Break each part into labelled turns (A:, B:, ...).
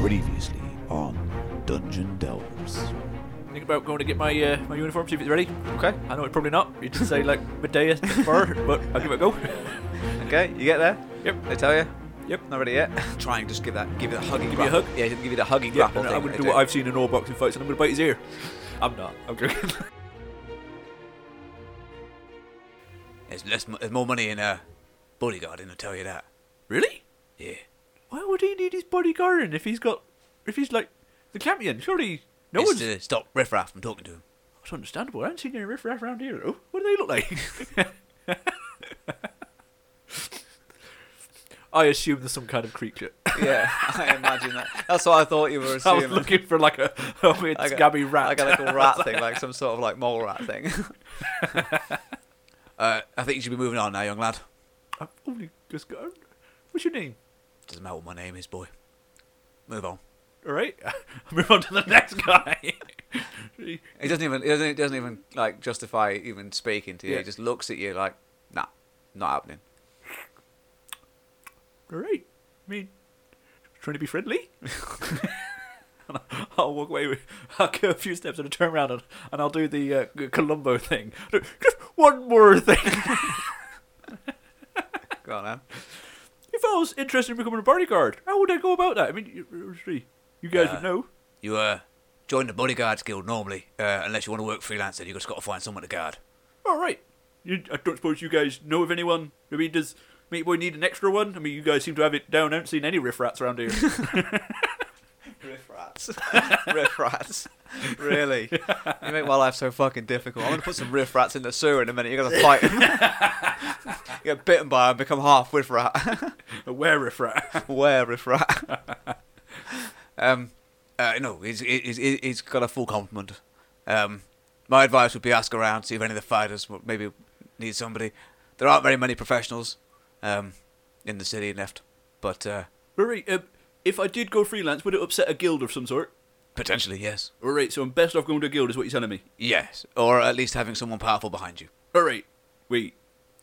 A: Previously on Dungeon Delvers.
B: Think about going to get my uh, my uniform, see if it's ready.
C: Okay,
B: I know it's probably not. You'd say like midday fur, but I'll give it a go.
C: okay, you get there.
B: Yep.
C: They tell you.
B: Yep.
C: Not ready yet. Try and just give that, give it a huggy.
B: Give me a
C: grapple.
B: hug?
C: Yeah, just give you the huggy
B: Yeah,
C: grapple
B: and
C: thing.
B: I'm gonna
C: they
B: do what I've seen in all boxing fights, and I'm gonna bite his ear. I'm not. I'm joking.
C: There's less, mo- there's more money in uh, bodyguarding. I tell you that.
B: really?
C: Yeah.
B: Why would he need his bodyguarding if he's got, if he's like the champion? Surely no
C: it's
B: one's.
C: to stop riffraff from talking to him.
B: That's understandable. I haven't seen any riffraff around here though. What do they look like? I assume there's some kind of creature.
C: Yeah, I imagine that. That's what I thought you were
B: I
C: assuming.
B: was looking for like a, a weird
C: Like a-
B: scabby rat.
C: like a little rat thing, like some sort of like mole rat thing. uh, I think you should be moving on now, young lad.
B: I've only Oh, just got. What's your name?
C: Doesn't matter what my name is, boy. Move on.
B: All right, move on to the next guy.
C: He doesn't even. He doesn't, he doesn't even like justify even speaking to you.
B: Yeah.
C: He just looks at you like, nah, not happening.
B: All right, I mean, trying to be friendly. And I- I'll walk away. With, I'll go a few steps and I'll turn around and, and I'll do the uh, Columbo thing. Just one more thing.
C: Go on, man.
B: if I was interested in becoming a bodyguard, how would I go about that? I mean, you- you you guys
C: Uh,
B: would know.
C: You uh, join the bodyguards guild normally, uh, unless you want to work freelance. Then you just got to find someone to guard.
B: All right. You, I don't suppose you guys know of anyone. I mean, does Meat Boy need an extra one? I mean, you guys seem to have it down. I haven't seen any riffrats around here.
C: Riff rats. riff rats. Really? You make my life so fucking difficult. I'm gonna put some riff rats in the sewer in a minute. You're gonna fight. you get bitten by and become half riff rat.
B: a were riffrat.
C: Where riff rat? um, uh, no, he's, he's, he's he's got a full complement. Um, my advice would be ask around, see if any of the fighters would maybe need somebody. There aren't very many professionals um, in the city left, but uh,
B: Rory, um, if I did go freelance, would it upset a guild of some sort?
C: potentially yes.
B: All right, so I'm best off going to a guild, is what you're telling me.
C: Yes, or at least having someone powerful behind you.
B: All right. Wait.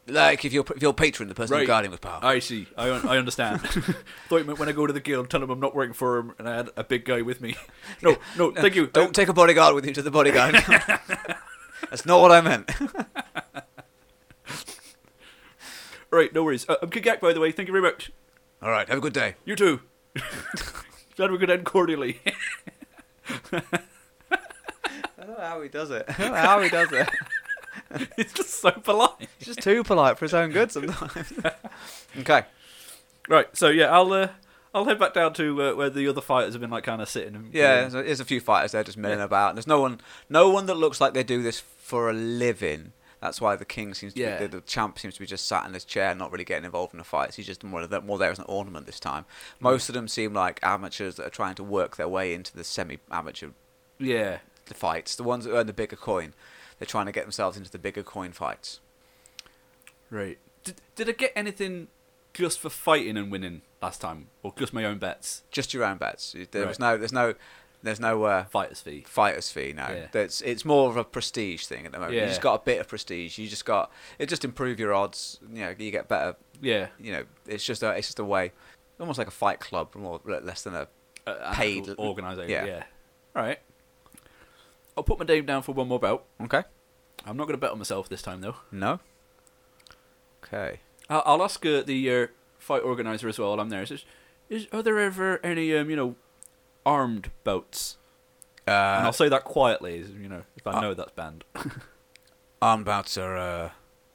C: Like if your if your patron, the person
B: Right.
C: you're guarding, was powerful.
B: I see. I, un- I understand. Thought you meant when I go to the guild, tell them I'm not working for them, and I had a big guy with me. No, no, thank you.
C: Don't take a bodyguard with you to the bodyguard. That's not what I meant.
B: All right, no worries. Uh, I'm Kigak, by the way. Thank you very much.
C: All right, have a good day.
B: You too. Glad we could end cordially.
C: I don't know how he does it. I don't know how he does it.
B: it's just so polite.
C: He's just too polite for his own good sometimes. okay.
B: Right. So yeah, I'll uh, I'll head back down to uh, where the other fighters have been like kind of sitting. And,
C: Yeah, there's a, there's a few fighters there just milling about. There's no one, no one that looks like they do this for a living. That's why the king seems to
B: Yeah.
C: be, the, the champ seems to be just sat in his chair, not really getting involved in the fights. He's just more, there- more there as an ornament this time. Most of them seem like amateurs that are trying to work their way into the semi-amateur
B: yeah.
C: fights. The ones that earn the bigger coin, they're trying to get themselves into the bigger coin fights.
B: Right. Did did I get anything just for fighting and winning last time, or just my own bets?
C: Just your own bets. There was
B: Right.
C: no, there's no, there's no uh,
B: Fighters fee.
C: fighters fee now.
B: Yeah.
C: That's it's more of a prestige thing at the moment. You
B: Yeah.
C: just got a bit of prestige. You just got it. Just improve your odds. You know, you get better.
B: Yeah.
C: You know, it's just a it's just a way, almost like a fight club, more le- less than a.
B: Uh, an
C: Paid-
B: actual organisation.
C: yeah.
B: Yeah. All right. I'll put my name down for one more bout.
C: Okay.
B: I'm not going to bet on myself this time though.
C: No. Okay.
B: I'll, I'll ask uh, the uh, fight organizer as well. while I'm there. Is, is are there ever any um you know armed bouts? and
C: Uh,
B: I'll say that quietly, as- you know, if I
C: uh,
B: know that's banned.
C: armed bouts are uh,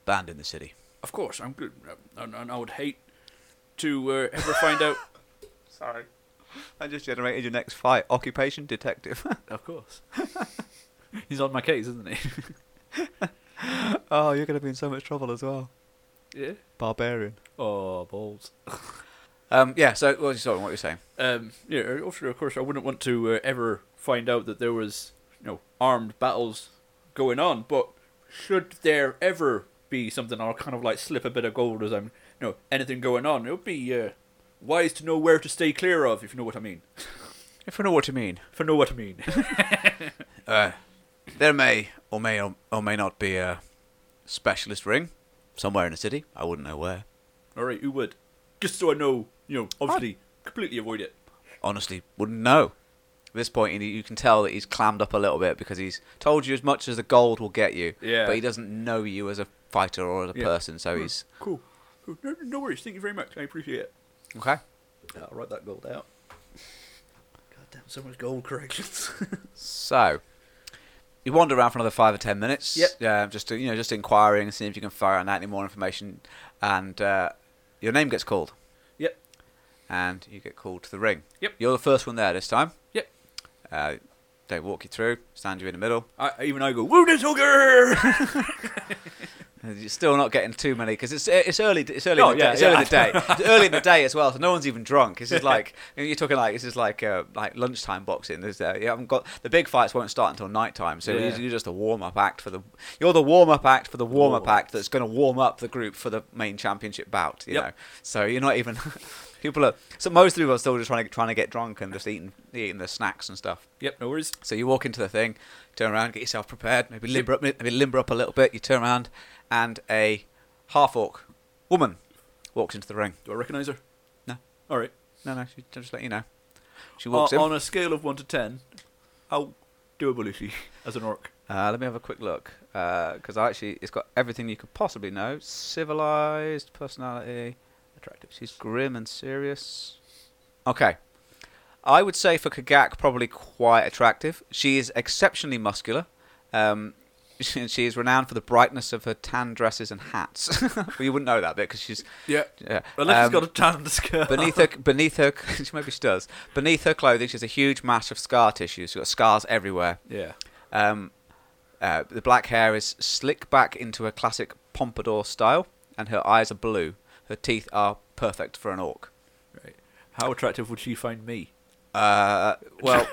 C: banned in the city.
B: Of course, I'm good, Uh, and, and I would hate to uh, ever find out.
C: Sorry. I just generated your next fight. Occupation detective.
B: Of course, he's on my case, isn't he?
C: oh, you're gonna be in so much trouble as well.
B: yeah.
C: Barbarian.
B: Oh balls.
C: Um. Yeah. So, well, sorry, what you're saying?
B: Um, yeah, also, of course, I wouldn't want to uh, ever find out that there was, you know, armed battles going on. But should there ever be something, I'll kind of like slip a bit of gold as I'm, you know, anything going on. It would be uh, wise to know where to stay clear of, if you know what I mean.
C: If I know what you mean.
B: If I know what I mean.
C: Uh, there may or may or, or may not be a specialist ring somewhere in the city. I wouldn't know where.
B: All right, who would? Just so I know, you know, obviously, completely avoid it.
C: honestly wouldn't know. At this point, you- you can tell that he's clammed up a little bit because he's told you as much as the gold will get you.
B: Yeah.
C: But he doesn't know you as a fighter or as a
B: Yeah. Hmm.
C: person, so he's
B: Cool. Cool. No, no worries. Thank you very much. I appreciate it.
C: okay.
B: I'll write that gold out. Goddamn, so much gold corrections.
C: So you wander around for another five or ten minutes.
B: Yep.
C: um, just to, you know, just inquiring, seeing if you can fire out any more information, and uh, your name gets called,
B: yep.
C: and you get called to the ring.
B: Yep.
C: You're the first one there this time.
B: Yep.
C: Uh, they walk you through, stand you in the middle.
B: I, even I go, Wounded Hooker!
C: And You're still not getting too many because it's it's early. It's early.
B: Oh,
C: in the
B: yeah,
C: day. It's
B: yeah.
C: early in the day. It's early in the day as well, so no one's even drunk. This is like you're talking like this is like uh, like lunchtime boxing. There's uh, you haven't got the big fights won't start until nighttime, so
B: Yeah.
C: you're just a warm up act for the you're the warm up act for the warm up
B: Warm-up.
C: act that's going to warm up the group for the main championship bout. You
B: Yep.
C: know, so you're not even people are so most people are still just trying to trying to get drunk and just eating eating the snacks and stuff.
B: yep, no worries.
C: So you walk into the thing, turn around, get yourself prepared, maybe limber up, maybe limber up a little bit. You turn around, and a half orc woman walks into the ring.
B: Do I recognise her?
C: No.
B: All right.
C: No, no, she just let you know. She
B: On,
C: walks in.
B: on a scale of 1 to 10, how doable is she as an orc?
C: Uh, let me have a quick look because I actually it's got everything you could possibly know: civilized personality, attractive. She's grim and serious. Okay, I would say for Kagak probably quite attractive. She is exceptionally muscular. Um, she, she is renowned for the brightness of her tan dresses and hats. well, you wouldn't know that bit because she's
B: Yeah.
C: yeah.
B: Unless
C: Um,
B: she's got a tan on the scale.
C: beneath her, beneath her, maybe she does. Beneath her clothing, she has a huge mass of scar tissue. She's got scars everywhere.
B: yeah.
C: Um, uh, the black hair is slick back into a classic pompadour style, and her eyes are blue. Her teeth are perfect for an orc.
B: Right. How attractive would she find me?
C: Uh, well,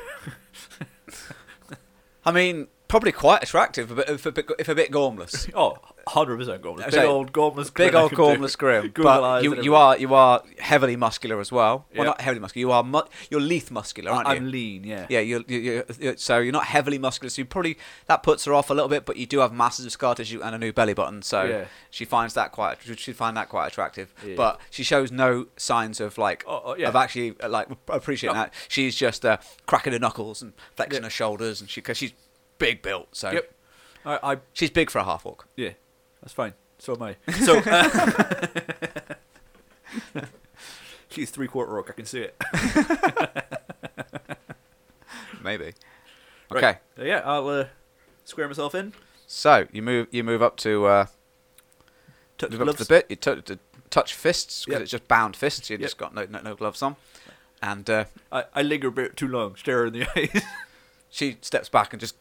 C: I mean, probably quite attractive, but if a bit, if a bit gormless.
B: Oh, 100% Gormless. Big
C: So,
B: old Gormless
C: Big
B: grin I
C: old
B: can do.
C: gormless grim,
B: Google
C: but
B: eyes
C: you,
B: and
C: you
B: everything.
C: are you are heavily muscular as well. Well,
B: Yeah.
C: not heavily muscular. You are mu- you're leath muscular, aren't you?
B: I'm lean, yeah.
C: Yeah, you're, you you you- so you're not heavily muscular, so you probably that puts her off a little bit, but you do have masses of scar tissue and a new belly button, so
B: Yeah.
C: she finds that quite she find that quite attractive.
B: Yeah.
C: But she shows no signs of like
B: Oh, oh, yeah.
C: of actually uh, like appreciating
B: No.
C: that. She's just uh, cracking her knuckles and flexing
B: Yeah.
C: her shoulders, and she because she's big built, so
B: Yep. I, I
C: she's big for a half orc.
B: Yeah, that's fine. So am I. So uh, she's three quarter orc. I can see it.
C: Maybe.
B: Right.
C: Okay,
B: Uh, yeah, I'll uh, square myself in.
C: so you move you move up to. Uh,
B: Touch
C: You've got
B: gloves.
C: the bit. You tou- to touch fists because
B: Yep.
C: it's just bound fists. You
B: Yep.
C: just got no, no no gloves on, and uh,
B: I, I linger a bit too long. Stare her in the eyes.
C: she steps back and just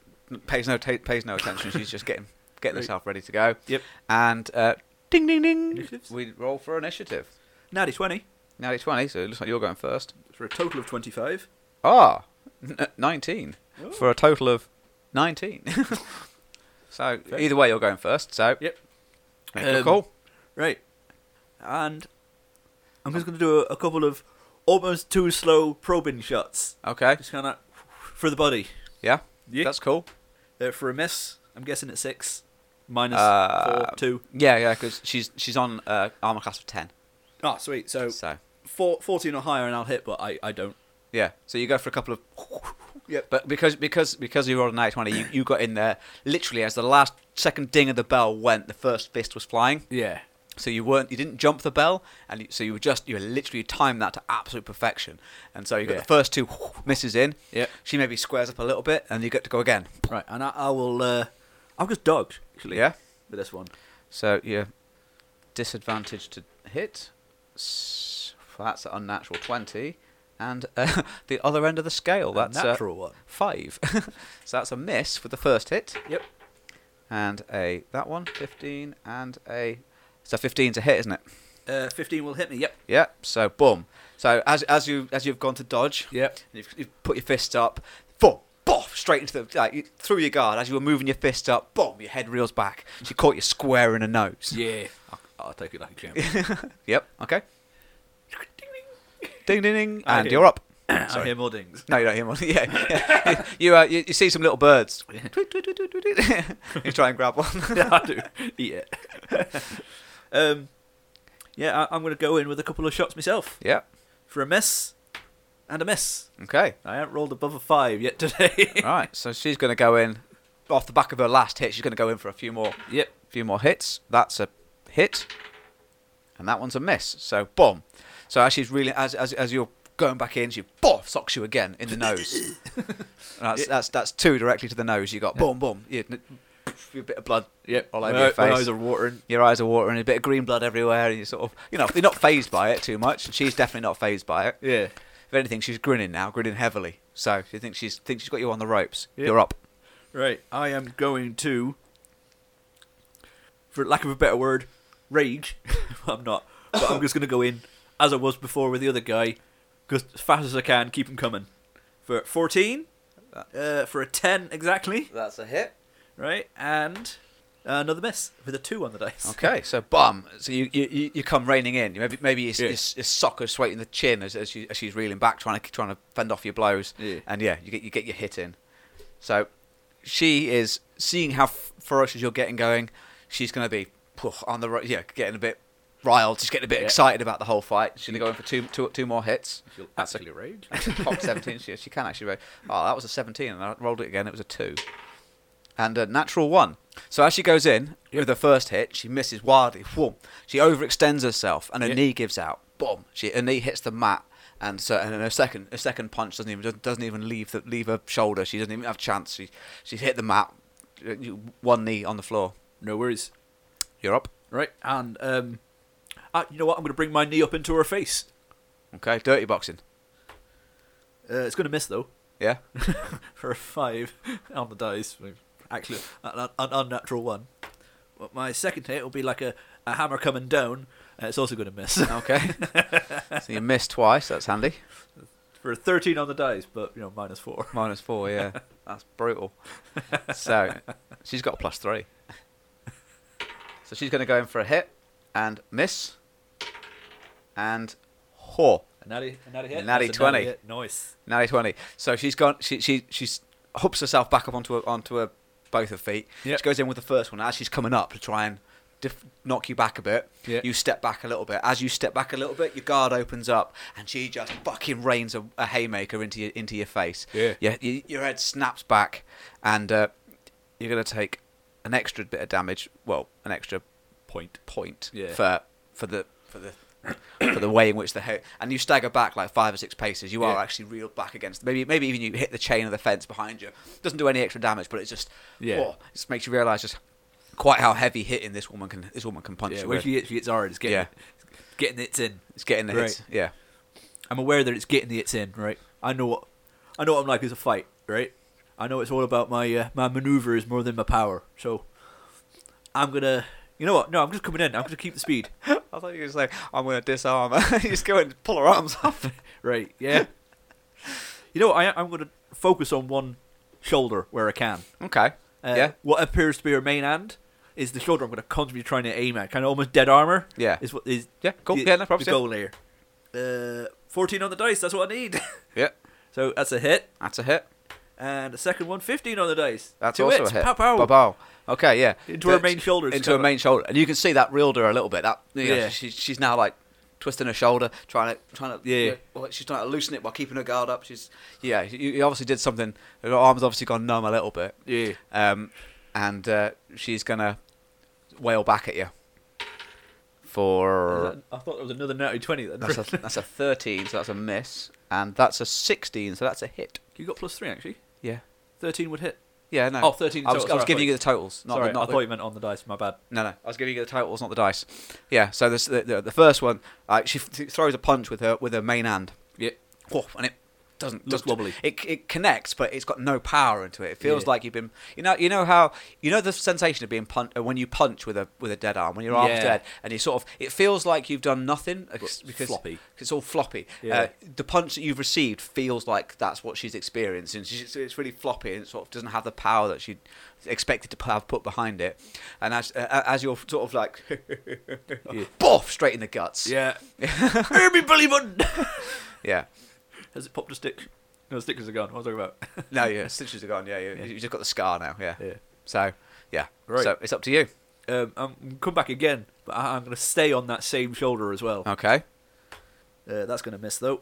C: pays no ta pays no attention. She's just getting getting
B: Right.
C: herself ready to go.
B: Yep.
C: And uh, ding ding ding.
B: Initiatives?
C: We roll for initiative.
B: Natty twenty
C: Now it's twenty, so it looks like you're going first.
B: for a total of twenty five.
C: Ah, n- nineteen
B: Oh.
C: for a total of nineteen. so
B: Fair.
C: either way, you're going first. So
B: Yep.
C: make your
B: Um,
C: call.
B: Right, and I'm just gonna do a, a couple of almost too slow probing shots.
C: Okay.
B: Just kind of for the body.
C: Yeah.
B: Yeah.
C: That's cool.
B: Uh, for a miss, I'm guessing it's six minus
C: Uh,
B: four two.
C: Yeah, yeah, because she's she's on uh, armor class of ten.
B: Ah, sweet. So,
C: So
B: four, 14 or higher, and I'll hit, but I, I don't.
C: Yeah. So you go for a couple of.
B: Yep.
C: But because because because you rolled a nat twenty, you, you got in there literally as the last second ding of the bell went, the first fist was flying.
B: Yeah.
C: So you weren't you didn't jump the bell, and you, so you were just you were literally timed that to absolute perfection. And so you got
B: Yeah.
C: the first two misses in.
B: Yep.
C: She maybe squares up a little bit, and you get to go again.
B: Right, and I, I will. Uh, I'll just dodge actually.
C: Yeah.
B: With this one.
C: So you're disadvantaged to hit. S- That's an unnatural twenty, and uh, the other end of the scale. That's uh,
B: natural one.
C: five. so that's a miss for the first hit,
B: Yep.
C: and a that one, 15, and a so 15's a hit, isn't it?
B: Uh, Fifteen will hit me. Yep.
C: Yeah. So boom. So as as you as you've gone to dodge,
B: Yep.
C: and you've, you've put your fist up, boom, boom, straight into the like you, through your guard as you were moving your fist up, boom, your head reels back. She caught you square in the nose.
B: Yeah. I'll, I'll take it like a champion.
C: Yep. Okay. Ding ding ding,
B: I
C: and
B: hear-
C: you're up.
B: I
C: Sorry.
B: hear more dings.
C: No, you don't hear one. Yeah, yeah. you, uh, you you see some little birds. Tweet, tweet, tweet, tweet, tweet, tweet. you try and grab one.
B: yeah, I do. Eat it. um, yeah, I, I'm going to go in with a couple of shots myself
C: yeah.
B: for a miss. and a miss.
C: Okay.
B: I haven't rolled above a five yet today.
C: Right. So she's going to go in off the back of her last hit. She's going to go in for a few more,
B: yep.
C: few more hits. That's a hit, and that one's a miss. So boom. So as she's really, as as, as you're going back in, she boom socks you again in the nose. And that's that's that's two directly to the nose. You got boom boom. You, a bit of blood.
B: Yep.
C: All over
B: my,
C: your
B: my
C: face.
B: eyes are watering.
C: Your eyes are watering, a bit of green blood everywhere, and you sort of, you know, you're not phased by it too much. And she's definitely not phased by it.
B: Yeah.
C: If anything, she's grinning now, grinning heavily. So she thinks she's thinks she's got you on the ropes.
B: Yeah.
C: You're up.
B: Right. I am going to, for lack of a better word, rage. I'm not. But I'm just going to go in as I was before with the other guy, just as fast as I can, keep him coming. For 14, uh, for a 10 exactly,
C: That's a hit.
B: right? And another miss with a 2 on the dice.
C: Okay, so bum. So you you, you- you come raining in. Maybe maybe your,
B: Yeah.
C: your, your sock is swaying the chin as, as, you, as she's reeling back, trying to trying to fend off your blows.
B: Yeah.
C: And yeah, you get you get your hit in. So she is seeing how f- ferocious you're getting going. She's going to be phew, on the ro- yeah, getting a bit riled. She's getting a bit
B: Yeah.
C: excited about the whole fight. She's going to go in for two two two more hits.
B: She'll
C: That's a-
B: actually rage.
C: Pop 17. She, she can actually. roll. Oh, that was a 17, and I rolled it again. It was a 2. And a natural 1. So as she goes in with her first hit, she misses wildly. Whoom. She overextends herself, and her
B: Yeah.
C: knee gives out. Boom. She, her knee hits the mat. And so, and then her second, her second punch doesn't even doesn't even leave the, leave her shoulder. She doesn't even have a chance. She, she's hit the mat, uh, one knee on the floor.
B: No worries.
C: You're up.
B: Right. And, um, ah, you know what? I'm going to bring my knee up into her face.
C: Okay, dirty boxing.
B: Uh, it's going to miss, though.
C: Yeah.
B: for a five on the dice. Actually, an, an unnatural one. But my second hit will be like a, a hammer coming down, and it's also going to miss
C: Okay. so you missed twice. That's handy.
B: for a thirteen on the dice, but you know minus four.
C: Minus four, yeah. That's brutal. So she's got a plus three. So she's going to go in for a hit and miss and whore.
B: Natty, natty
C: hit? Natty That's a natty 20. hit.
B: Nice.
C: Natty twenty. So she's gone. She she she's hooks herself back up onto her, onto her both her feet.
B: Yep.
C: She goes in with the first one as she's coming up to try and dif- knock you back a bit.
B: Yeah.
C: You step back a little bit. As you step back a little bit, your guard opens up and she just fucking rains a, a haymaker into your into your face.
B: Yeah.
C: Your, your, your head snaps back, and uh, you're gonna take an extra bit of damage. Well, an extra
B: Point.
C: point
B: Yeah.
C: for for the for the for the way in which the ho- and you stagger back like five or six paces. You are
B: Yeah.
C: actually reeled back against maybe maybe even you hit the chain of the fence behind you. Doesn't do any extra damage, but it just
B: Yeah.
C: oh, it just makes you realise just quite how heavy hitting this woman can this woman can punch
B: Yeah,
C: you.
B: when
C: With.
B: she gets, she gets hard, it's getting,
C: Yeah.
B: it's getting its in.
C: It's getting the hits.
B: Right.
C: Yeah.
B: I'm aware that it's getting the its in, right? I know what, I know what I'm like as a fight, right? I know it's all about my uh, my maneuvers more than my power. So I'm gonna, you know what? No, I'm just coming in. I'm gonna keep the speed.
C: I thought you were saying I'm gonna disarm her. you just go and pull her arms off.
B: Right. Yeah. you know, what, I, I'm going to focus on one shoulder where I can.
C: Okay.
B: Uh,
C: yeah.
B: What appears to be her main hand is the shoulder I'm going to constantly trying to aim at, kind of almost dead armor.
C: Yeah.
B: Is what is
C: Yeah, cool.
B: The,
C: Yeah, no problems,
B: The
C: yeah.
B: goal here. Uh, 14 on the dice. That's what I need.
C: Yeah.
B: so that's a hit.
C: That's a hit.
B: And the second one, 15 on the dice.
C: That's
B: Two
C: also
B: hits.
C: a hit.
B: Pow, pow.
C: Ba-bow. Okay, yeah.
B: Into her main shoulder, she's
C: Into her
B: kinda
C: main shoulder, and you can see that reeled her a little bit. That yeah.
B: Yeah.
C: She, she's now like twisting her shoulder, trying to trying to
B: Yeah.
C: you know, well, she's trying to loosen it while keeping her guard up. She's yeah. You, you obviously did something. Her arm's obviously gone numb a little bit.
B: Yeah.
C: Um, and uh, she's gonna wail back at you for
B: I thought that was another natty 20 then.
C: that's a that's a thirteen, so that's a miss, and that's a sixteen, so that's a hit.
B: you got plus 3 actually.
C: Yeah.
B: 13 would hit.
C: Yeah, no.
B: Oh, 13
C: I was,
B: total,
C: I was
B: sorry,
C: giving
B: I
C: you the totals, not
B: Sorry,
C: the, not
B: I
C: the-
B: thought you meant on the dice. My bad.
C: No, no. I was giving you the totals, not the dice. Yeah. So this, the, the the first one, uh, she f- throws a punch with her with her main hand,
B: Yeah.
C: Woof, and it doesn't
B: Looks
C: doesn't-
B: wobbly.
C: It it connects, but it's got no power into it. It feels
B: Yeah.
C: like you've been, you know, you know how you know the sensation of being punched when you punch with a with a dead arm when your arm's
B: Yeah.
C: dead, and you sort of it feels like you've done nothing ex-
B: it's
C: because
B: floppy.
C: It's all floppy. Uh,
B: Yeah.
C: the punch that you've received feels like that's what she's experienced, and she's, it's really floppy and sort of doesn't have the power that she expected to have put behind it. And as uh, as you're sort of like,
B: Yeah.
C: boff straight in the guts.
B: Yeah. Herbie Billy Button!
C: yeah.
B: Has it popped a stick? No, the stickers are gone. What am I talking about?
C: No, yeah, stitches are gone. Yeah, you,
B: Yeah.
C: you just got the scar now. Yeah.
B: Yeah.
C: So, yeah.
B: Right.
C: So it's up to you.
B: Um, I'm gonna come back again, but I, Oh. I'm going to stay on that same shoulder as well.
C: Okay.
B: Uh, that's going to miss though.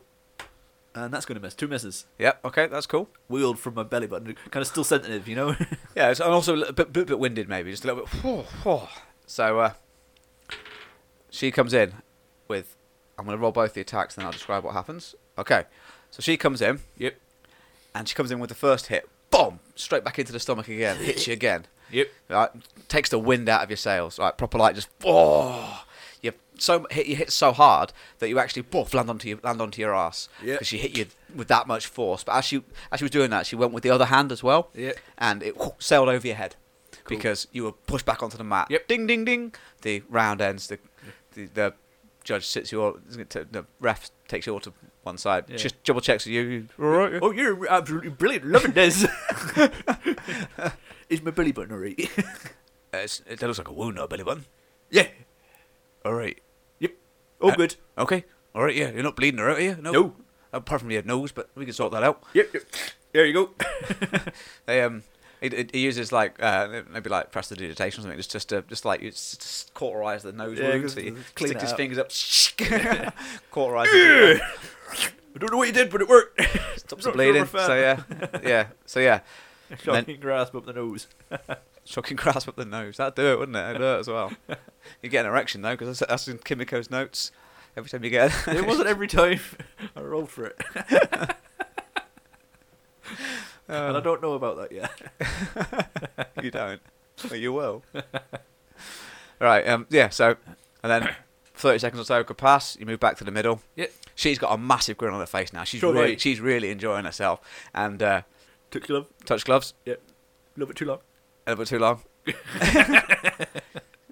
B: And that's going to miss. Two misses.
C: Yep. Okay, that's cool.
B: Wheeled from my belly button. Kind of still sensitive, you know?
C: Yeah, it's, and also a little bit, bit, bit winded, maybe just a little bit. So uh, she comes in with. I'm going to roll both the attacks, then I'll describe what happens. Okay, so she comes in
B: yep.
C: and she comes in with the first hit. Boom! Straight back into the stomach again. Hits you again.
B: Yep.
C: Right, takes the wind out of your sails. Right, proper like just oh, you so hit you hit so hard that you actually poof, land onto your land onto your ass
B: Yeah.
C: because she hit you with that much force. But as she as she was doing that, she went with the other hand as well.
B: Yeah.
C: and it whoosh, sailed over your head because you were pushed back onto the mat.
B: Yep.
C: ding ding ding. The round ends. The the, the judge sits you all. The ref takes you all to one side.
B: Yeah.
C: Just double checks you. You all right?
B: Oh, you're absolutely brilliant. Loving this. Is my belly button alright?
C: Uh, it's, it looks like a wound, no belly button.
B: yeah.
C: All right.
B: Yep. All
C: Uh,
B: good.
C: Okay. All right. Yeah. You're not bleeding out, are you? No.
B: No.
C: Apart from your nose, but we can sort that out.
B: Yep. yep. There you go.
C: They um, he, he- he uses like uh, maybe like prestidigitation or something, just just to just like just, just cauterize the nose
B: Yeah,
C: wound.
B: just-
C: So he
B: just clean
C: sticks
B: it
C: his
B: out.
C: fingers up, cauterize. it.
B: I don't know what you did, but it worked.
C: Stops the bleeding. So yeah, yeah. So yeah,
B: Shocking grasp up the nose.
C: shocking grasp up the nose. That'd do it, wouldn't it? It'd hurt as well. You get an erection though, because that's, that's in Kimiko's notes. Every time you get,
B: It wasn't every time I rolled for it. and I don't know about that yet.
C: you don't. But you will. right. Um. Yeah. So, and then thirty seconds or so could pass. You move back to the middle.
B: Yep.
C: She's got a massive grin on her face now. She's
B: Sure
C: really,
B: do.
C: she's really enjoying herself. And uh,
B: Took your love.
C: touch gloves
B: Yep. Love it too long.
C: a little bit too long.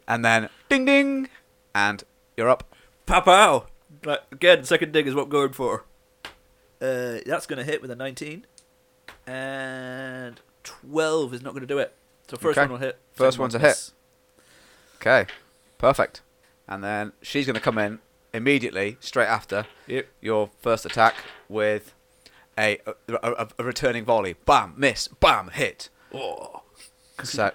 C: and then ding ding, and you're up.
B: Papow! Like, again, second dig is what I'm going for. Uh, that's going to hit with a 19. And 12 is not going to do it. So first
C: Okay.
B: one will hit.
C: First
B: second
C: one's a
B: one
C: hit.
B: misses.
C: Okay. Perfect. And then she's gonna come in immediately straight after
B: Yep.
C: your first attack with a a, a, a returning volley. Bam, miss. Bam, hit.
B: Oh.
C: So,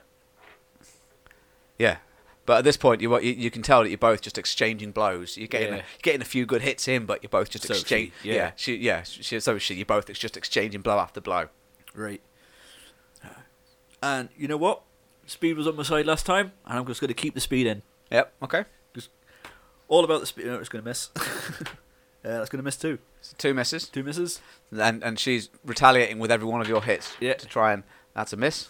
C: yeah. But at this point, you you, you can tell that you're both just exchanging blows. You're getting a,
B: Yeah.
C: you're getting a few good hits in, but you're both just
B: So
C: exchanging.
B: she- yeah.
C: yeah, she, yeah. She, so she, you're both ex- just exchanging blow after blow.
B: Right. And you know what? Speed was on my side last time, and I'm just going to keep the speed in.
C: Yep. Okay.
B: All about the speed. No, it's going to miss. uh, that's going to miss too.
C: So two misses,
B: Two misses.
C: and and she's retaliating with every one of your hits
B: Yeah.
C: to try and that's a miss,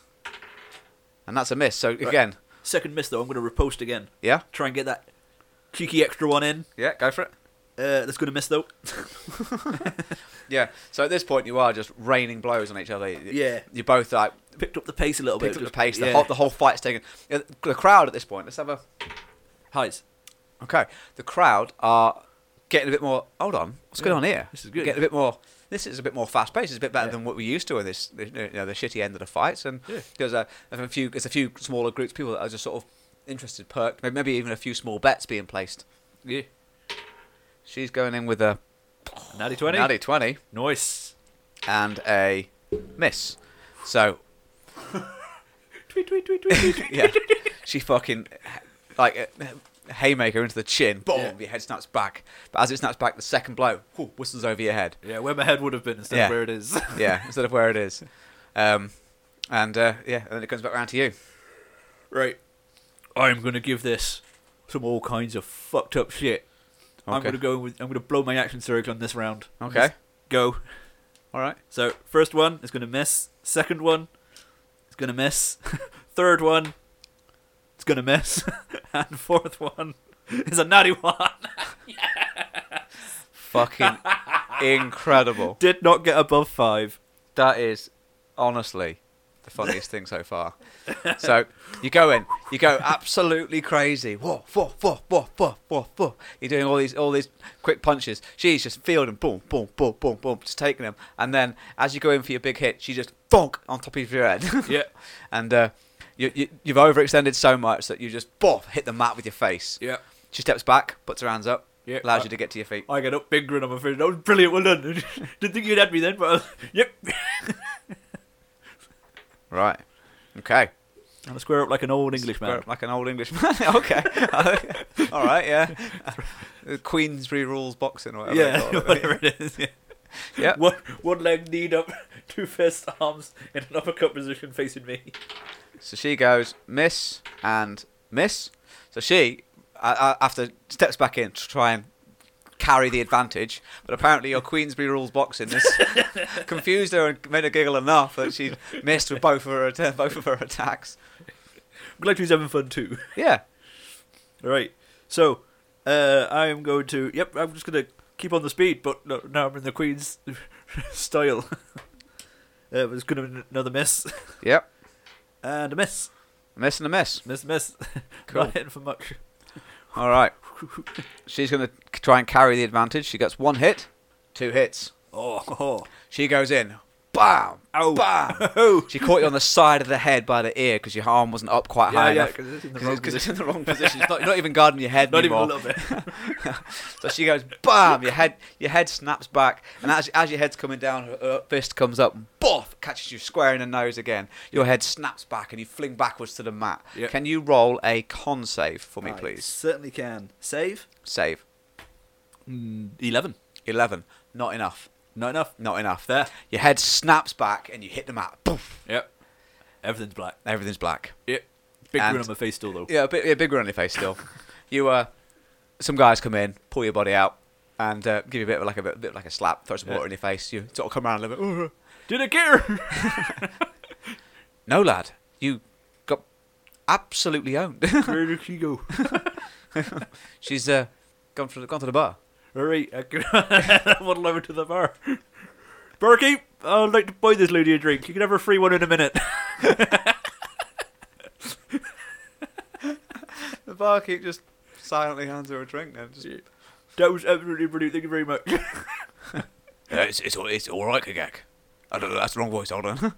C: and that's a miss. So again,
B: Second miss though. I'm going to repost again.
C: yeah,
B: Try and get that cheeky extra one in.
C: yeah, go for it.
B: Uh, that's going to miss though.
C: Yeah. So at this point, you are just raining blows on each other.
B: Yeah.
C: You're both like
B: Picked up the pace a little
C: picked
B: bit.
C: up
B: just-
C: the pace. The,
B: yeah.
C: whole, the whole fight's taken. yeah, The crowd at this point. Let's have a
B: highs.
C: Okay, the crowd are getting a bit more. Hold on, what's going
B: Yeah,
C: on here?
B: this is good.
C: Getting a bit more. This is a bit more fast paced. It's a bit better
B: Yeah.
C: than what we used to in this, the, you know, the shitty end of the fights. And
B: Yeah.
C: there's a, a few, there's a few smaller groups, of people that are just sort of interested, perked. Maybe, maybe even a few small bets being placed.
B: Yeah.
C: She's going in with a
B: Natty twenty.
C: natty twenty
B: Nice.
C: and a miss. So
B: Tweet tweet tweet tweet. tweet.
C: yeah, she fucking like a haymaker into the chin. Boom!
B: Yeah.
C: Your head snaps back. But as it snaps back, the second blow whoo, whistles over your head.
B: yeah, where my head would have been instead
C: Yeah.
B: of where it is.
C: yeah, instead of where it is. Um, and uh, yeah, and then it comes back around to you.
B: right. I'm going to give this some all kinds of fucked up shit. I'm
C: Okay.
B: going to go with. I'm going to blow my action surge on this round.
C: Okay.
B: Just go.
C: All right.
B: So first one is going to miss. Second one is going to miss. Third one it's going to miss. and fourth one is a natty one.
C: Fucking incredible.
B: Did not get above five.
C: That is honestly the funniest thing so far. So you go in, you go absolutely crazy. Whoa, whoa, whoa, whoa, whoa, whoa, whoa. You're doing all these all these quick punches. She's just fielding boom, boom, boom, boom, boom, just taking them. And then as you go in for your big hit, she just bonk on top of your head.
B: Yeah.
C: and uh, you, you, you've overextended so much that you just boff hit the mat with your face.
B: Yeah.
C: She steps back, puts her hands up,
B: Yeah.
C: allows you to get to your feet.
B: I get up big grin on my face. That was brilliant. Well done. Didn't think you'd had me then, but I was, yep.
C: Right. Okay.
B: And I square up like an old Englishman.
C: Like an old Englishman. okay. All right. Yeah. Queensbury rules boxing or whatever. they
B: Yeah,
C: call it.
B: whatever it is. Yeah.
C: Yeah.
B: One, one leg kneed up, two fist arms in an uppercut position facing me.
C: So she goes miss and miss. So she, uh, after steps back in to try and carry the advantage, but apparently your Queensbury rules boxing has confused her and made her giggle enough that she missed with both of her atta- both of her attacks.
B: glad he's having fun too.
C: Yeah,
B: Right. So, uh, I am going to. Yep, I'm just going to keep on the speed, but no, now I'm in the Queen's style. uh, it was going to be another miss.
C: yep,
B: And a miss.
C: miss and a miss.
B: Miss, miss.
C: Cool.
B: Not hitting for much.
C: All right, she's gonna c- try and carry the advantage. She gets one hit, two hits.
B: Oh, oh.
C: She goes in, bam,
B: Ow.
C: bam.
B: oh.
C: She caught you on the side of the head by the ear because your arm wasn't up quite high
B: Yeah, yeah,
C: enough.
B: because it's in the
C: Because
B: wrong
C: it's,
B: position.
C: in the wrong position. It's not, you're not even guarding your head
B: Not even a
C: anymore.
B: little bit.
C: so she goes, bam! Your head, your head snaps back, and as, as your head's coming down, her, her fist comes up, and boff, catches you square in the nose again. Your head snaps back, and you fling backwards to the mat.
B: Yep.
C: Can you roll a con save for me,
B: I
C: please?
B: certainly can. Save?
C: Save
B: Mm, Eleven.
C: eleven. Not enough.
B: Not enough.
C: Not enough.
B: There.
C: Your head snaps back, and you hit the mat. Poof!
B: Yep. Everything's black.
C: Everything's black.
B: Yep. Big
C: And-
B: grin on my face still though.
C: Yeah, a bit, yeah, big run on your face still. you, uh, some guys come in, pull your body out, and uh, give you a bit of like a bit, bit of like a slap, throw some
B: Yeah.
C: water in your face. You sort of come around a little bit. "Ugh."
B: Did it get her?
C: No, lad, you got absolutely owned.
B: Where did she go?
C: She's uh, gone for the, gone to the bar.
B: Alright, I can waddle over to the bar. Barkeep, I'd like to buy this lady a drink. You can have her free one in a minute.
C: The barkeep just silently hands her a drink. Then just,
B: That was absolutely brilliant. Thank you very much.
C: it's it's all, it's all right, Kagak. I don't know. That's the wrong voice. Hold on.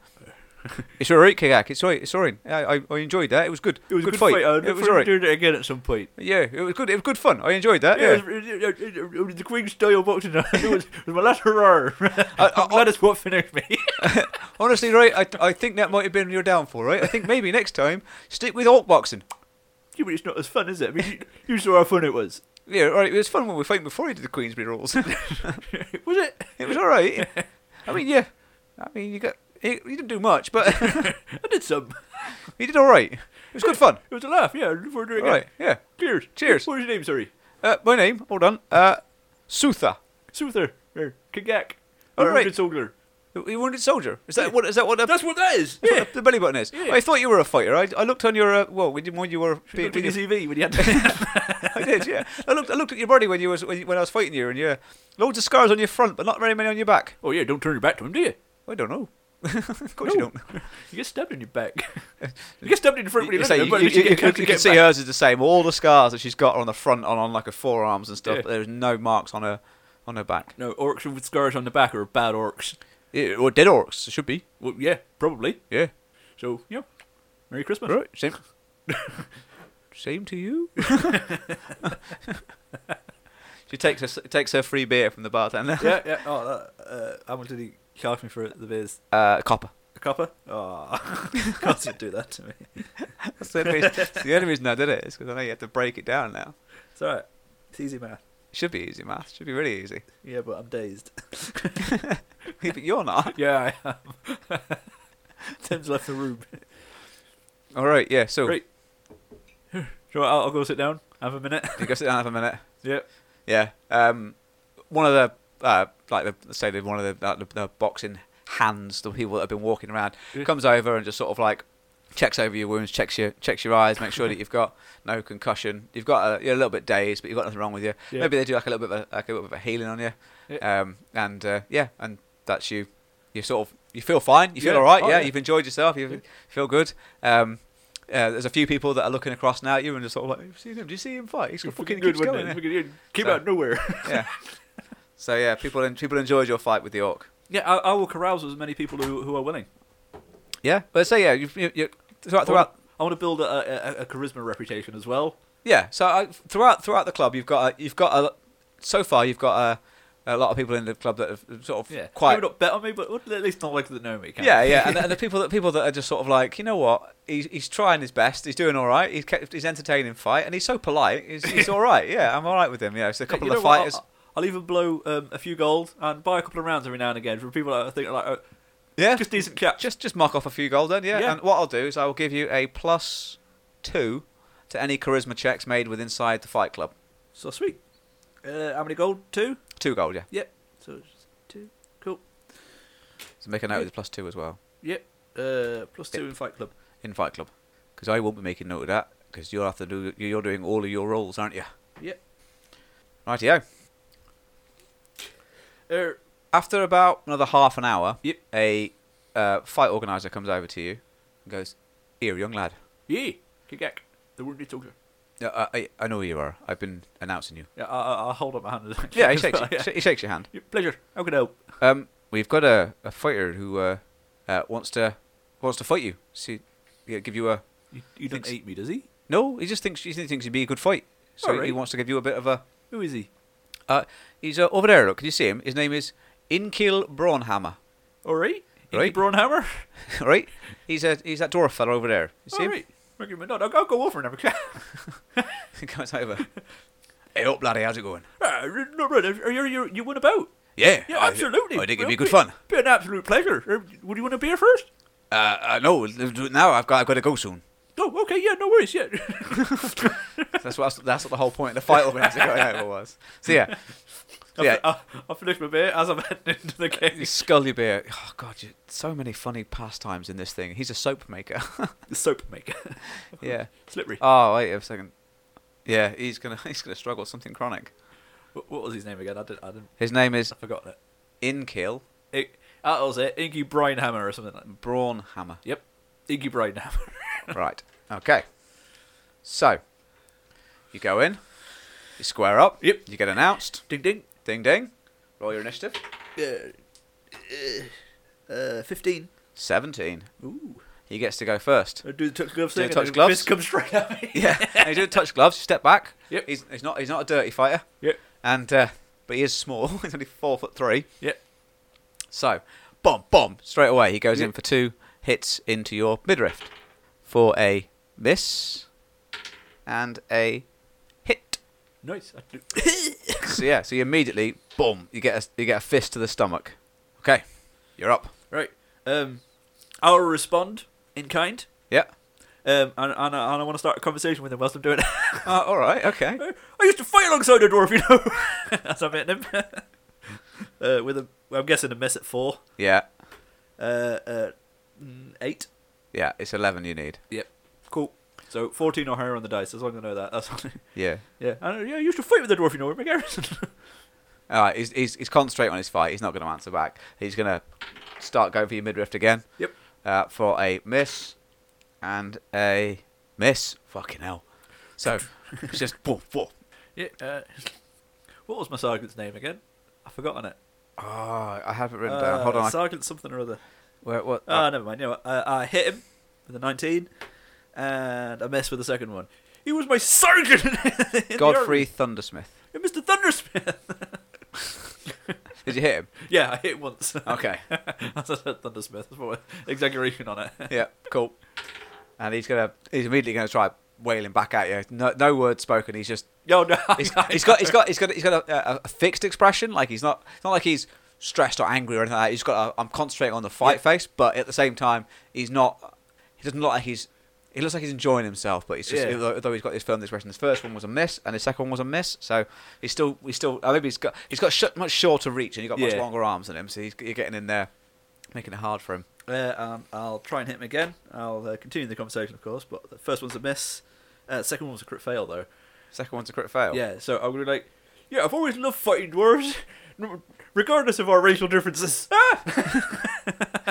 C: it's all right, Kagak. It's all right. It's all right. I, I, I enjoyed that. It was good.
B: It was a good,
C: fight.
B: fight. I'd
C: It
B: look
C: was all
B: forward
C: right.
B: to doing it again at some point.
C: Yeah, it was good. It was good fun. I enjoyed that.
B: Yeah,
C: Yeah.
B: it was- it- it- it- it was the Queen style boxing. it, was, it was my last hurrah.
C: I- I-
B: I'm glad it's what finished me.
C: Honestly, right, I, I think that might have been your downfall, right? I think maybe next time, stick with orc boxing.
B: yeah, but it's not as fun, is it? I mean, you, you saw how fun it was.
C: Yeah, all right, it was fun when we fighting before you did the Queensbury rules.
B: Was it?
C: it was all right. I mean, yeah. I mean, you got you you didn't do much, but
B: I did some.
C: you did all right. It was good fun.
B: It was a laugh, yeah. I look forward to it
C: All
B: again.
C: right, yeah.
B: Cheers.
C: Cheers.
B: What was your name, sorry?
C: Uh, my name, hold on, uh, Sutha.
B: Soother. Er, Kagak.
C: All
B: All
C: right.
B: right. Sogler.
C: You wounded soldier. Is that what? Is that what? The,
B: That's what that is.
C: that's what
B: Yeah.
C: the belly button is.
B: Yeah.
C: I thought you were a fighter. I, I looked on your uh, well when you, when you were
B: Should
C: being-
B: have looked at your CV when you had
C: I did, yeah. I looked I looked at your body when you was when, you, when I was fighting you, and yeah, loads of scars on your front, but not very many on your back.
B: Oh yeah, don't turn your back to him, do you?
C: I don't know. of course you
B: No.
C: don't.
B: You get stabbed in your back. you get stabbed in the front when you
C: You,
B: look
C: say
B: at
C: you,
B: him, but
C: you-
B: at least you
C: you-
B: get
C: you
B: close to
C: can
B: get
C: see
B: back.
C: hers is the same. All the scars that she's got are on the front and on like her forearms and stuff.
B: Yeah.
C: But there's no marks on her on her back.
B: No, orcs with scars on the back are bad orcs.
C: Yeah, or dead orcs. It should be.
B: Well, yeah, probably.
C: Yeah.
B: So, yeah. Merry Christmas.
C: Right. Same. same to you. she takes her takes her free beer from the bartender.
B: yeah, yeah. Oh, that, uh, how much did he charge me for the beers?
C: Uh, copper.
B: A copper? Oh, can't you do that to me?
C: That's the only reason, it's the only reason I did it is because I know you have to break it down now.
B: It's alright. It's easy math.
C: Should be easy, math. Should be really easy.
B: Yeah, but I'm dazed.
C: but you're not.
B: Yeah, I am. Tim's left the room.
C: All right. Yeah. So
B: Right. Sure, I'll, I'll go sit down. Have a minute.
C: you go sit down for a minute.
B: Yeah.
C: Yeah. Um, one of the uh, like the let's say the one of the, like the the boxing hands, the people that have been walking around,
B: Yeah.
C: comes over and just sort of like checks over your wounds, checks your checks your eyes, make sure that you've got no concussion. You've got a, you're a little bit dazed, but you've got nothing wrong with you.
B: Yeah.
C: Maybe they do like a little bit of a, like a little bit of a healing on you. Um, and uh, yeah, and that's you. You sort of you feel fine. You feel
B: Yeah.
C: all right.
B: Oh,
C: yeah,
B: yeah.
C: you've enjoyed yourself. You
B: Yeah.
C: feel good. Um, uh, there's a few people that are looking across now at you and just sort of like, "Have you seen him? Do you see him fight? He's
B: It's
C: fucking
B: fucking
C: keeps
B: good,
C: going."
B: wasn't
C: yeah."
B: it? Fucking- it Came
C: So-
B: out of nowhere.
C: yeah. So yeah, people en- people enjoyed your fight with the orc.
B: Yeah, I, I will carouse with as many people who, who are willing.
C: Yeah, but so yeah, you, you, you throughout, throughout
B: I want to build a, a, a charisma reputation as well.
C: yeah, so I, throughout throughout the club, you've got a, you've got a so far you've got a, a lot of people in the club that have sort of
B: Yeah,
C: quite
B: Maybe not bet on me, but at least not like that know me. Can
C: yeah yeah, and, and the people that people that are just sort of like you know what he's he's trying his best, he's doing all right, he's kept, he's entertaining fight, and he's so polite, he's, he's all right, yeah, I'm all right with him, yeah. So a couple
B: you
C: of
B: know
C: the fighters,
B: What? I'll even blow um, a few gold and buy a couple of rounds every now and again for people that I think are like uh,
C: Yeah.
B: just decent catch.
C: Just just mark off a few gold then, yeah.
B: Yeah.
C: And what I'll do is I will give you a plus two to any charisma checks made with inside the fight club.
B: So sweet. Uh, how many gold? Two.
C: Two gold, yeah.
B: Yep. So it's just two. Cool.
C: So make a note of the plus two as well
B: Yep. Uh, plus two in Fight Club.
C: in fight club, because I won't be making note of that because you'll have to do you're doing all of your rolls, aren't you?
B: Yep.
C: Rightio.
B: Er,
C: After about another half an hour,
B: Yep.
C: a uh, fight organizer comes over to you and goes, "Here, young lad,
B: yeah. Kigak. The wounded soldier.
C: Uh, I, I know who you are. I've been announcing you."
B: Yeah, I, I, I'll hold up my hand.
C: Yeah, he shakes,
B: Yeah.
C: he shakes your hand.
B: Your Pleasure. How can I help?
C: Um, we've got a, a fighter who uh, uh, wants to wants to fight you. See, yeah, give you a
B: You, you don't
C: Thanks.
B: hate me, does he?
C: no. He just thinks he thinks you'd be a good fight, so he
B: Alright.
C: wants to give you a bit of a.
B: Who is he?
C: Uh, he's uh, over there. Look, can you see him? His name is Inkil Braunhammer.
B: All right.
C: Right.
B: Inky Braunhammer.
C: All right, he's a he's that dwarf fellow over there. You see
B: All
C: him?
B: right. I'll give him a nod. I'll, I'll go over and have a chat.
C: he comes over. Hey up, laddie, how's it going?
B: Ah, no, right. Are you, are you, you went about?
C: Yeah,
B: Yeah,
C: I-
B: absolutely.
C: I think it'd
B: Well,
C: be good
B: be-
C: fun.
B: Be an absolute pleasure. Er, Would you want a beer first?
C: Uh, uh, no, now I've got I've got to go soon.
B: Oh, okay. Yeah, no worries. Yeah.
C: That's what that's what the whole point of the fight organizer going over was. So yeah,
B: I'll,
C: Yeah.
B: I'll, I'll finish my beer as I'm heading into the
C: You
B: game.
C: Scully beer. Oh god, you, so many funny pastimes in this thing. He's a soap maker.
B: The soap maker.
C: yeah.
B: Slippery.
C: Oh wait a second. Yeah, he's gonna he's gonna struggle with something chronic.
B: Wh- what was his name again? I didn't. I didn't.
C: His name is
B: I forgot it.
C: Inkill
B: it that was it. Inky Brainhammer or something like. that.
C: Brawnhammer.
B: Yep. Inky Brainhammer.
C: right. Okay. So you go in, you square up.
B: Yep.
C: You get announced.
B: ding ding.
C: Ding ding. Roll your initiative.
B: Uh, fifteen.
C: Seventeen.
B: Ooh.
C: He gets to go first.
B: I do the touch gloves
C: Do the
B: thing.
C: touch
B: and the
C: gloves?
B: Fist comes straight at me.
C: Yeah. and he didn't touch gloves. Step back.
B: Yep.
C: He's, he's not he's not a dirty fighter.
B: Yep.
C: And uh, but he is small. he's only four foot three.
B: Yep.
C: So, bomb, bomb, straight away. He goes in
B: Yep.
C: for two hits into your midriff for a miss and a hit.
B: Nice. I do.
C: so yeah, so you immediately, boom, you get a, you get a fist to the stomach. Okay, you're up.
B: Right. Um, I'll respond in kind.
C: Yeah.
B: Um, and, and, and I want to start a conversation with him whilst I'm doing it.
C: Uh, all right. Okay.
B: I used to fight alongside a dwarf, you know. As I'm hitting him. uh, with a, well, I'm guessing a miss at four.
C: Yeah.
B: Uh, uh, mm, eight.
C: Yeah. It's eleven. You need.
B: Yep. Cool. So 14 or higher on the dice, as long as I know that. That's all.
C: Yeah.
B: yeah. And, uh, yeah, I used to fight with a dwarf, you know, with my garrison.
C: All right. He's he's, he's concentrating on his fight. He's not going to answer back. He's going to start going for your midriff again.
B: yep.
C: uh, for a miss and a miss. Fucking hell. So it's just boom, boom.
B: Yeah. Uh, what was my sergeant's name again? I've forgotten it.
C: Oh, I have it written down.
B: Uh,
C: Hold on. Uh, I-
B: Sergeant something or other.
C: Where, what?
B: Ah, never mind. You know what? I, I hit him with a 19, and I missed with the second one. He was my sergeant! in the
C: Godfrey Thundersmith.
B: army. Mr. Thundersmith!
C: Did you hit him?
B: yeah, I hit once.
C: Okay.
B: That's a Thundersmith. That's what exaggeration on it.
C: yeah. Cool. And he's gonna. He's immediately gonna try wailing back at you. No, no word spoken. He's just.
B: Yo, no.
C: He's, he's got. He's got. He's got. He's got a, a, a fixed expression. Like he's not. It's not like he's stressed or angry or anything like that. He's got. A, I'm concentrating on the fight
B: Yeah.
C: face, but at the same time, he's not. He doesn't look like he's. He looks like he's enjoying himself, but he's just.
B: Yeah.
C: Although, although he's got this firm expression. His first one was a miss, and his second one was a miss. So he's still. He's still. I maybe he's got. He's got sh- much shorter reach, and he's got much
B: Yeah.
C: longer arms than him. So he's, you're getting in there, making it hard for him.
B: Uh, um, I'll try and hit him again. I'll uh, continue the conversation, of course, but the first one's a miss. Uh, second one was a crit fail, though.
C: Second one's a crit fail.
B: Yeah, so I'm gonna be like, yeah, I've always loved fighting dwarves, regardless of our racial differences. Ah!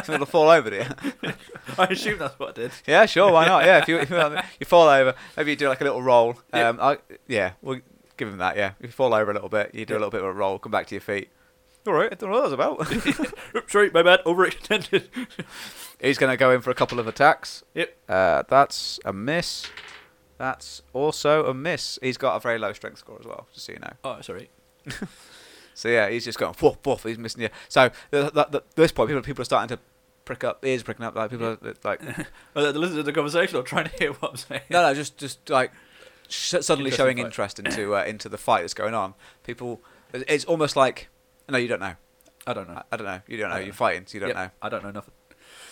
C: So it'll fall over to you.
B: I assume that's what I did.
C: Yeah, sure, why not? Yeah, if you if you, you fall over, maybe you do like a little roll.
B: Yeah.
C: Um, I, yeah, we'll give him that. Yeah, if you fall over a little bit, you do a
B: Yeah.
C: little bit of a roll, come back to your feet. All right, I don't know what that was about.
B: Oops, sorry, my bad. Overextended.
C: He's going to go in for a couple of attacks.
B: yep.
C: Uh, that's a miss. That's also a miss. He's got a very low strength score as well, just so you know.
B: Oh, sorry.
C: So yeah, he's just going woof woof. He's missing you. So th- th- th- at this point, people people are starting to prick up ears, pricking up. Like people are like,
B: Well, they're listening to the conversation or trying to hear what I'm saying.
C: No, no, just just like sh- suddenly
B: Interesting
C: showing
B: fight.
C: interest into uh, into the fight that's going on. People It's it's almost like no, you don't know.
B: I don't know.
C: I, I don't know. You don't know.
B: don't
C: You're
B: know.
C: fighting, so you don't
B: Yep,
C: know.
B: I don't know nothing.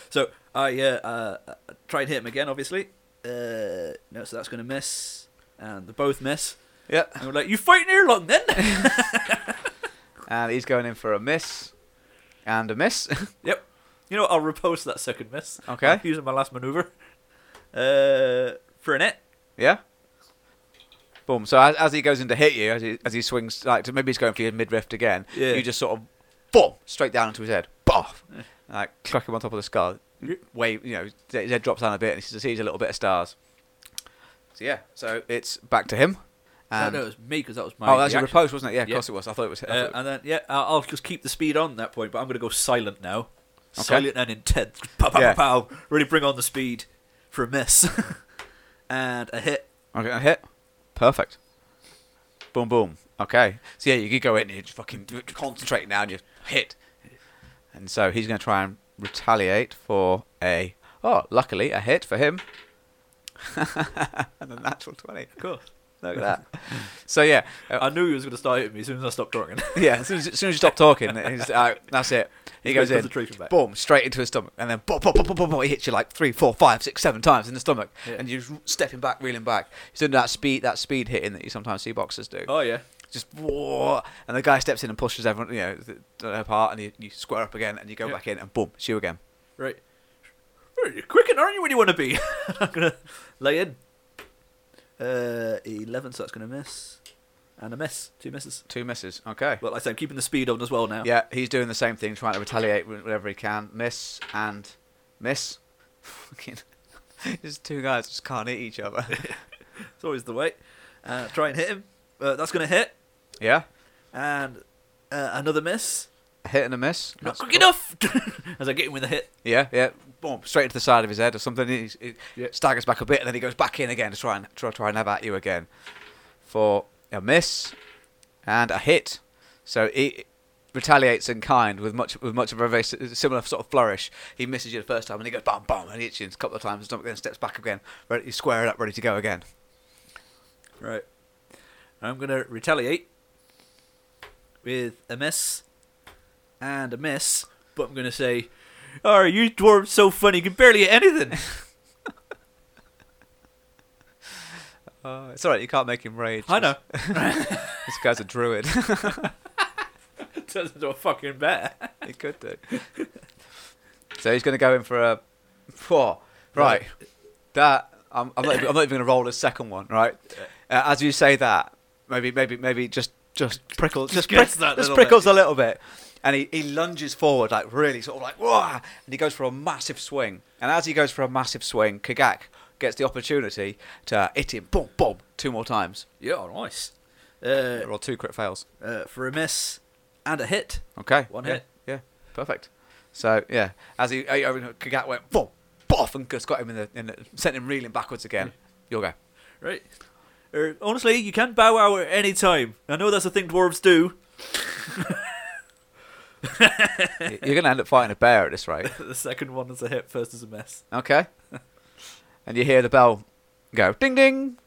B: So I uh, uh, try and hit him again, obviously. Uh, no, so that's going to miss. And they both miss.
C: Yep.
B: And we're like, you fighting earlong then?
C: And he's going in for a miss, and a miss.
B: yep. You know what? I'll repost that second miss.
C: Okay.
B: I'm using my last maneuver. Uh, for an it.
C: yeah. Boom. So as, as he goes in to hit you, as he, as he swings, like to, maybe he's going for your midriff again.
B: Yeah.
C: You just sort of boom straight down into his head. Boff. Like crack him on top of the skull. Wave. You know, his head drops down a bit, and he sees a little bit of stars. So yeah. So it's back to him.
B: No,
C: And,
B: no, it was me because that was my.
C: oh, that's your
B: reaction.
C: repost, wasn't it? Yeah, of
B: Yeah.
C: course it was. I thought it was. I
B: Uh,
C: thought-
B: and then yeah, I'll, I'll just keep the speed on at that point, but I'm going to go silent now.
C: Okay.
B: Silent and intent. Pow, pow,
C: Yeah.
B: pow, pow. Really bring on the speed for a miss and a hit.
C: Okay, a hit. Perfect. Boom, boom. Okay. So yeah, you could go in and you just fucking do it, concentrate now and you hit. And so he's going to try and retaliate for a. Oh, luckily, a hit for him. and a natural 20.
B: Cool.
C: Look at that. so yeah. uh,
B: I knew he was going to start hitting me as soon as I stopped talking.
C: yeah, as soon as, as soon as you stop talking, he's, uh, that's it. He
B: He's
C: goes
B: got
C: in,
B: concentration back.
C: boom, straight into his stomach, and then boom, boom, boom, boom, boom, boom, he hits you like three, four, five, six, seven times in the stomach,
B: Yeah.
C: and you're just stepping back, reeling back. He's doing that speed, that speed hitting that you sometimes see boxers do.
B: oh yeah.
C: Just whoa, and the guy steps in and pushes everyone, you know, th- apart, and you, you square up again, and you go
B: Yeah.
C: back in, and boom, it's you again.
B: Right. Well, You're quicker, aren't you, when you want to be? I'm going to lay in. Uh, 11, so that's going to miss. And a miss. Two misses.
C: Two misses. Okay.
B: Well, like I said, I'm keeping the speed on as well now.
C: Yeah, he's doing the same thing, trying to retaliate wh- whenever he can. Miss and miss. Fucking, just two guys just can't hit each other.
B: It's always the way. Uh, try and hit him. Uh, that's going to hit.
C: yeah,
B: And uh, another miss.
C: a hit and a miss.
B: Not
C: That's
B: quick
C: cool.
B: enough. As I get him with a hit.
C: Yeah, yeah. Boom, straight to the side of his head or something. He, he
B: Yeah.
C: staggers back a bit and then he goes back in again to try and try, try and have at you again for a miss and a hit. So he retaliates in kind with much with much of a very s- similar sort of flourish. He misses you the first time and he goes bam bam and hits you a couple of times. Stomach then steps back again. Ready, he's squared up, ready to go again.
B: Right. I'm going to retaliate with a miss and a miss, but I'm going to say, Oh, you dwarves so funny, you can barely hit anything.
C: Uh, it's all right. You can't make him rage.
B: I know.
C: This guy's a druid.
B: Turns into a fucking bear.
C: he could do. so he's going to go in for a four. Right. That I'm, I'm not. Even, I'm not even going to roll a second one. Right. Uh, as you say that, maybe, maybe, maybe just just prickles,
B: Just
C: just,
B: gets
C: prick-
B: that
C: just
B: little
C: prickles a little bit, and he, he lunges forward like really sort of like wah, and he goes for a massive swing. And as he goes for a massive swing, Kagak gets the opportunity to hit him. Boom, boom, two more times.
B: Yeah, nice. Uh,
C: Roll two crit fails.
B: uh, for a miss and a hit.
C: Okay.
B: One
C: yeah,
B: hit.
C: Yeah. Perfect. So yeah, as he I- I mean, Kagat went boom, boff, and just got him in the, in the sent him reeling backwards again. You'll go.
B: Right. Er, honestly, you can bow wow at any time. I know that's a thing dwarves do.
C: Y- You're going to end up fighting a bear at this rate.
B: the second one is a hit, first is a miss.
C: Okay. And you hear the bell go ding ding.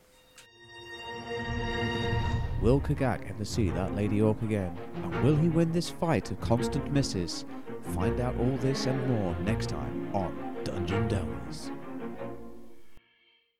A: Will Kagak ever see that lady orc again? And will he win this fight of constant misses? Find out all this and more next time on Dungeon Delvers.